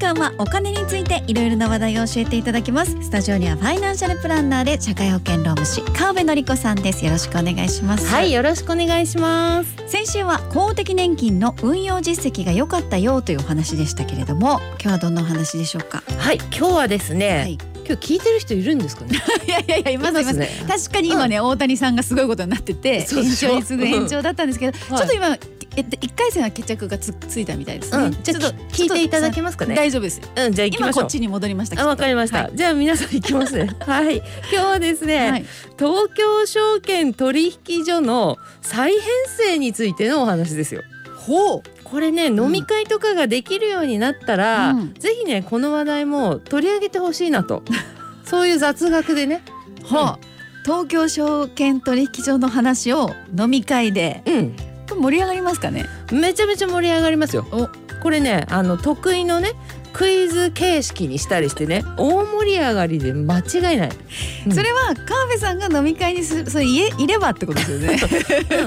様お金についていろいろな話題を教えていただきますスタジオにはファイナンシャルプランナーで社会保険労務士川辺典子さんですよろしくお願いしますはいよろしくお願いします先週は公的年金の運用実績が良かったよというお話でしたけれども今日はどんなお話でしょうかはい今日はですね、はい今日聞いてる人 いるんですかね いやいやいやいますいますね確かに今ね、大谷さんがすごいことになっててそうで延しょ長に次ぐ延長だったんですけど、はいちょっと今えっと一回戦は決着がつついたみたいですね、うんじゃあちょっと聞いていただけますかね大丈夫ですうんじゃあ行き今ましこょっうちに戻りましたあわかりました、はじゃあ皆さん行きます ねはい今日はですね、はい、東京証券取引所の再編成についてのお話ですよほうこれね飲み会とかができるようになったら、うんぜひねこの話題も取り上げてほしいな とそういう雑学でねはあ、東京証券取引所の話を飲み会でうんこれ盛り上がりますかねめちゃめちゃ盛り上がりますよおこれねあの得意のねクイズ形式にしたりしてね大盛り上がりで間違いない、うんそれは川辺さんが飲み会にすそれいえいればってことですよ ね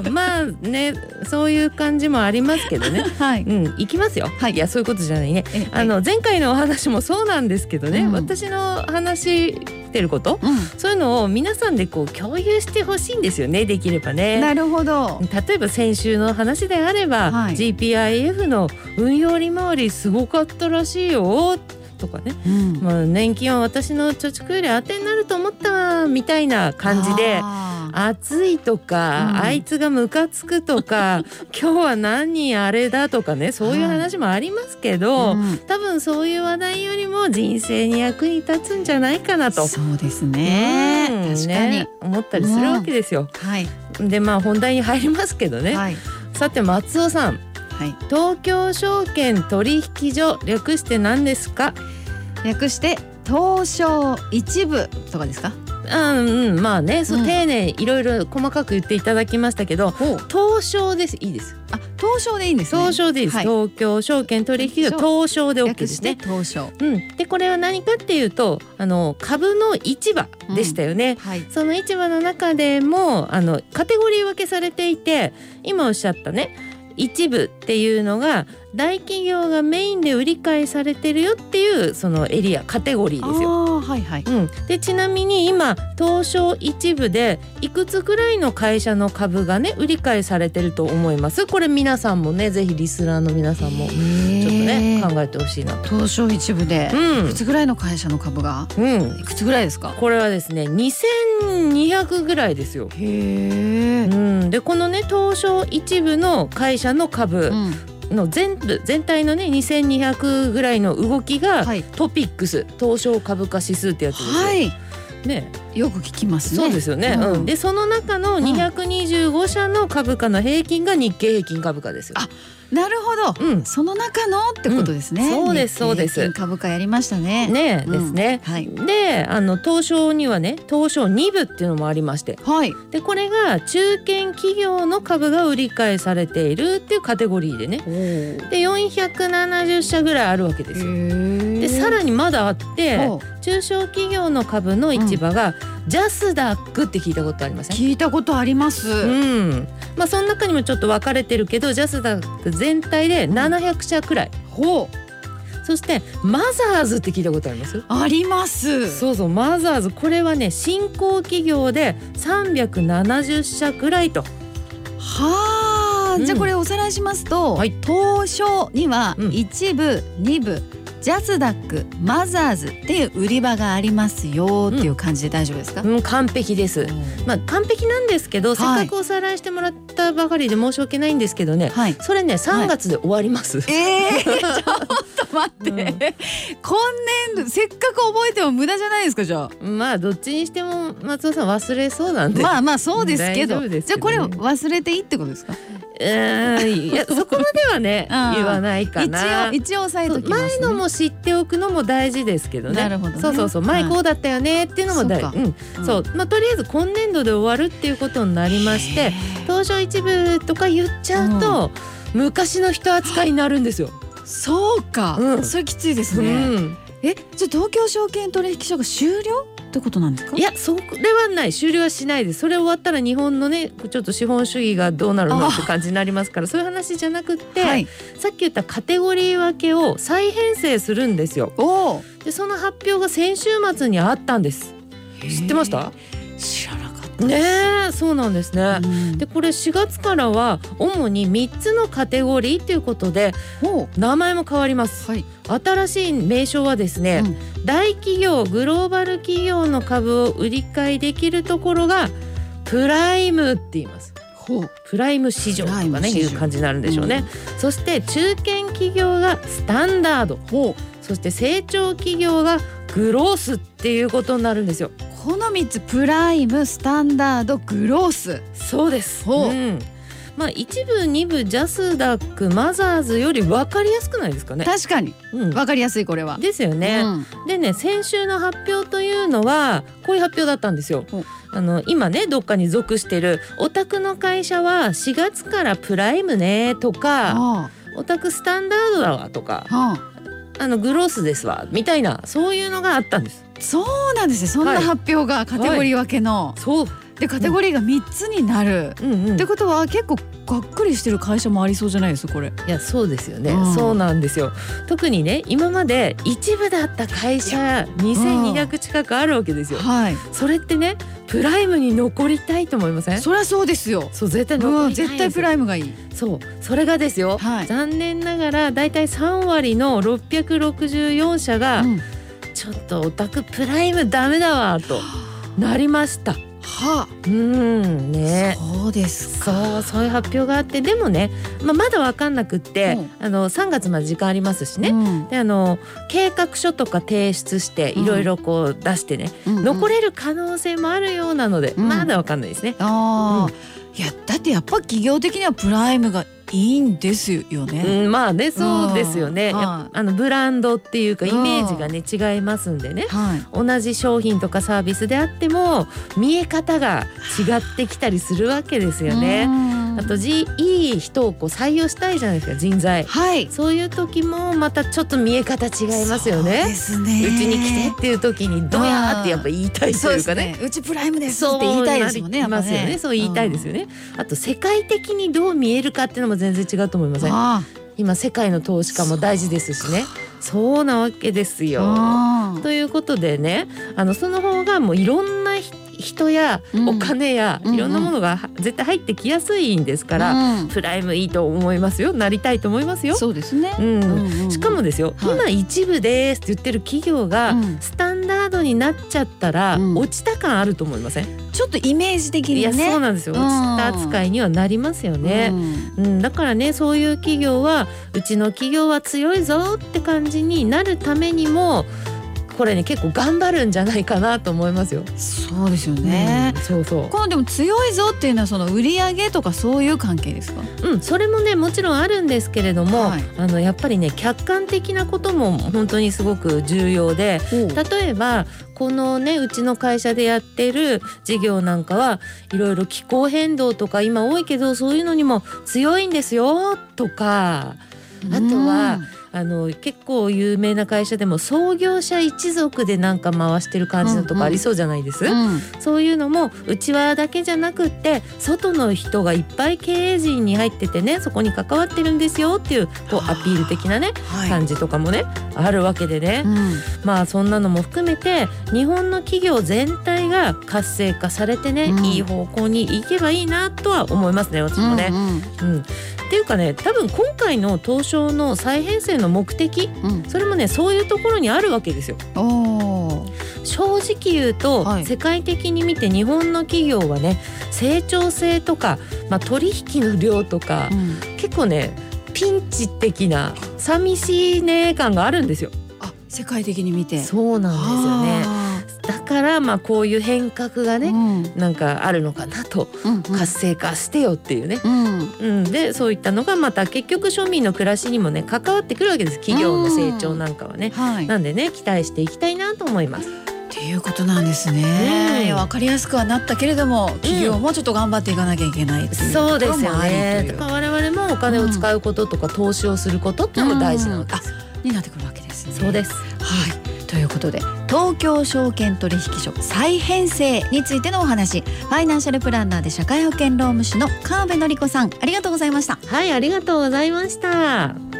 うんまあねそういう感じもありますけ どねはいうん行きますよ、はいいやそういうことじゃないねえあの前回のお話もそうなんですけどね、うん私の話してることうん、そういうのを皆さんでこう共有してほしいんですよねできればね。なるほど例えば先週の話であれば、はい GPIF の運用利回りすごかったらしいよとかね、うんまあ、年金は私の貯蓄より当てになると思ったわみたいな感じで。あー暑いとか、うんあいつがムカつく とか今日は何人あれだとかねそういう話もありますけど、うん多分そういう話題よりも人生に役に立つんじゃないかなと。そうですねうん確かに、ね思ったりするわけですよ。はいでまあ本題に入りますけどね、はいさて松尾さんはい東京証券取引所略して何ですか略して東証一部とかですかうんうんまあねそう、うん丁寧にいろいろ細かく言っていただきましたけど東証ですいいですあ東証でいいんですね東証でいいです、はい東京証券取引所東証で OK 略でしすてね。東証うん、でこれは何かっていうとあの株の市場でしたよね。はいその市場の中でもあのカテゴリー分けされていて今おっしゃったね一部っていうのが大企業がメインで売り買いされてるよっていうそのエリアカテゴリーですよ。あーはいはいうん、でちなみに今東証一部でいくつくらいの会社の株がね売り買いされてると思いますこれ皆さんもねぜひリスナーの皆さんもちょっとね考えてほしいなと。東証一部でういくんつぐらいの会社の株がうん、いくつぐらいですかこれはですね2200ぐらいですよ。へえうん、でこのね東証一部の会社の株うんの全部、全体のね2200ぐらいの動きが、はいトピックス東証株価指数ってやつですよ、はいねよく聞きますねそうですよね、うんうんでその中の225社の株価の平均が日経平均株価ですよ。あなるほどうんその中のってことですね、うんそうです日経そうです平均株価やりましたねねうんですね。はいであの東証にはね東証2部っていうのもありましてはいでこれが中堅企業の株が売り買いされているっていうカテゴリーでねでで470社ぐらいあるわけですよ。でさらにまだあってお中小企業の株の市場がジャスダックって聞いたことありません聞いたことあります、うんまあ、その中にもちょっと分かれてるけどジャスダック全体で700社くらい、ほそしてマザーズって聞いたことありますうありますそうそうマザーズこれはね新興企業で370社くらいとはあ、うんじゃあこれおさらいしますと、はい東証にはうん一部、二部ジャスダックマザーズっていう売り場がありますよっていう感じで大丈夫ですか、うん完璧ですまあ完璧なんですけど、はいせっかくおさらいしてもらったばかりで申し訳ないんですけどねはいそれね3月で終わります、えー、ちょっと待って、うん今年度せっかく覚えても無駄じゃないですかじゃあ まあどっちにしても松尾さん忘れそうなんで、 まあまあそうですけど大丈夫ですじゃけあどこれね忘れていいってことですかえ ーいやそこまではねあー言わないか一な応一応押さえそとうきます、ね、前のも知っておくのも大事ですけどねなるほどねそうそうそうはい前こうだったよねっていうのも大そっか事、うんうんそうまあとりあえず今年度で終わるっていうことになりまして東証一部とか言っちゃうと、昔の人扱いになるんですよ。そうか、うんそれきついですね、うん、えじゃあ東京証券取引所が終了ってことなんですかいやそれはない終了はしないですそれ終わったら日本のねちょっと資本主義がどうなるのって感じになりますからそういう話じゃなくって、はいさっき言ったカテゴリー分けを再編成するんですよおおでその発表が先週末にあったんです知ってました知らなかったねえそうなんですね、うんでこれ4月からは主に3つのカテゴリーということでおう名前も変わりますはい新しい名称はですね、大企業グローバル企業の株を売り買いできるところがプライムって言いますほうプライム市場とかプライムね市い場う感じになるんでしょうね、そして中堅企業がスタンダードほそして成長企業がグロースっていうことになるんですようこの三つプライムスタンダードグロースそうですほうんまあ一部二部ジャスダックマザーズより分かりやすくないですかね、確かにうん、わかりやすいこれはですよね、うんでね先週の発表というのはこういう発表だったんですよほう。あの今ねどっかに属してるお宅の会社は4月からプライムねとかあお宅スタンダードだわとかあああのグロースですわみたいなそういうのがあったんです。あそうなんですねそんなはい発表がカテゴリー分けのそう、でカテゴリーが三つになるうんうん、っていことは結構がっくりしてる会社もありそうじゃないですかこれやそうですよね、うんそうなんですよ特にね今まで一部だった会社2200近くあるわけですよ、はいそれってねプライムに残りたいと思いませんそりゃそうですよそう絶対う残わりたいんです絶よ対プライムがいいそうそれがですよ、はい残念ながらだいたい3割の664社が、うんちょっとオタクプライムダメだわとなりましたはうんねそうですかそうそういう発表があってでもね、まあ、まだわかんなくって、うんあの3月まで時間ありますしね、ねであの計画書とか提出してうんいろいろこう出してね、残れる可能性もあるようなので、うんまだわかんないですね。ああいやだってやっぱ企業的にはプライムがいいんですよねうん、まあねそうですよね、うんやっはいぱあのブランドっていうかうんイメージがね、違いますんでねはい同じ商品とかサービスであっても見え方が違ってきたりするわけですよね。うんあと、じいい人をこう採用したいじゃないですか人材はいそういう時もまたちょっと見え方違いますよそうでね。すうねちに来てっていう時にどやーってやっぱ言いたいとそういでうすかねねうちプライムですっそうて言いたいですもんねなりますよやっぱね。そう言いたいですよねね。あと世界的にどう見えるかっていうのも全然違うと思いまうせんん。あ今世界の投資家も大事ですしね。そうなわけですーよ。あーということでね、あのその方がもういろんなひ人やうんお金やうんうんいろんなものがは絶対入ってきやすいんですから、うんプライムいいと思いますよ。なりたいと思いますよ。そうですねうん。うんうんしかもですよ、はい今一部ですって言ってる企業が、うんスタンダードになっちゃったら、うん落ちた感あると思いませんちょっとイメージ的いにやそうねなんですようん落ちた扱いにはなりますようね、んうんだからねそういう企業はうちの企業は強いぞって感じになるためにもこれね結構頑張るんじゃないかなと思いますよ。そうですよねうんそうそこのでも強いぞっていうのはその売り上げとかそういう関係ですか。う、うん、それもねもちろんあるんですけれども、はいあのやっぱりね客観的なことも本当にすごく重要で例えばこのねうちの会社でやってる事業なんかはいろいろ気候変動とか今多いけどそういうのにも強いんですよとかあとはあの結構有名な会社でも創業者一族でなんか回してる感じのうとんうんかありそうじゃないです、うん、うんそういうのもうちわだけじゃなくって外の人がいっぱい経営陣に入っててねそこに関わってるんですよっていうこうアピール的なねは感じとかもねあるわけでねい、う。んまあそんなのも含めて日本の企業全体が活性化されてね、うんいい方向に行けばいいなとは思いますね私もね。うんうんっていうかね多分今回の東証の再編成の目的うんそれもねそういうところにあるわけですよ。うん、おー正直言うと、はい世界的に見て日本の企業はね成長性とか、まあ、取引の量とか、うん結構ねピンチ的な寂しいね感があるんですよ。あ世界的に見て。そうなんですよね。あだからまあこういう変革ーがね、なんかあるのかなとうんうん活性化してよっていうね、うんうん、でそういったのがまた結局庶民の暮らしにもね関わってくるわけです企業の成長なんかはね。はい。っなんでね期待していきたいなと思います。ていうことなんですうんね。わ、かりやすくはなったけれども、企業もちょっと頑張っていかなきゃいけないっていうそうですよね。とだころかもありら我々もお金を使うこととか投資をすることっていうのも大事なのうんあになってくるわけですね。そうです。はい。ということで東京証券取引所再編成についてのお話ファイナンシャルプランナーで社会保険労務士の川辺典子さんありがとうございましたはいありがとうございました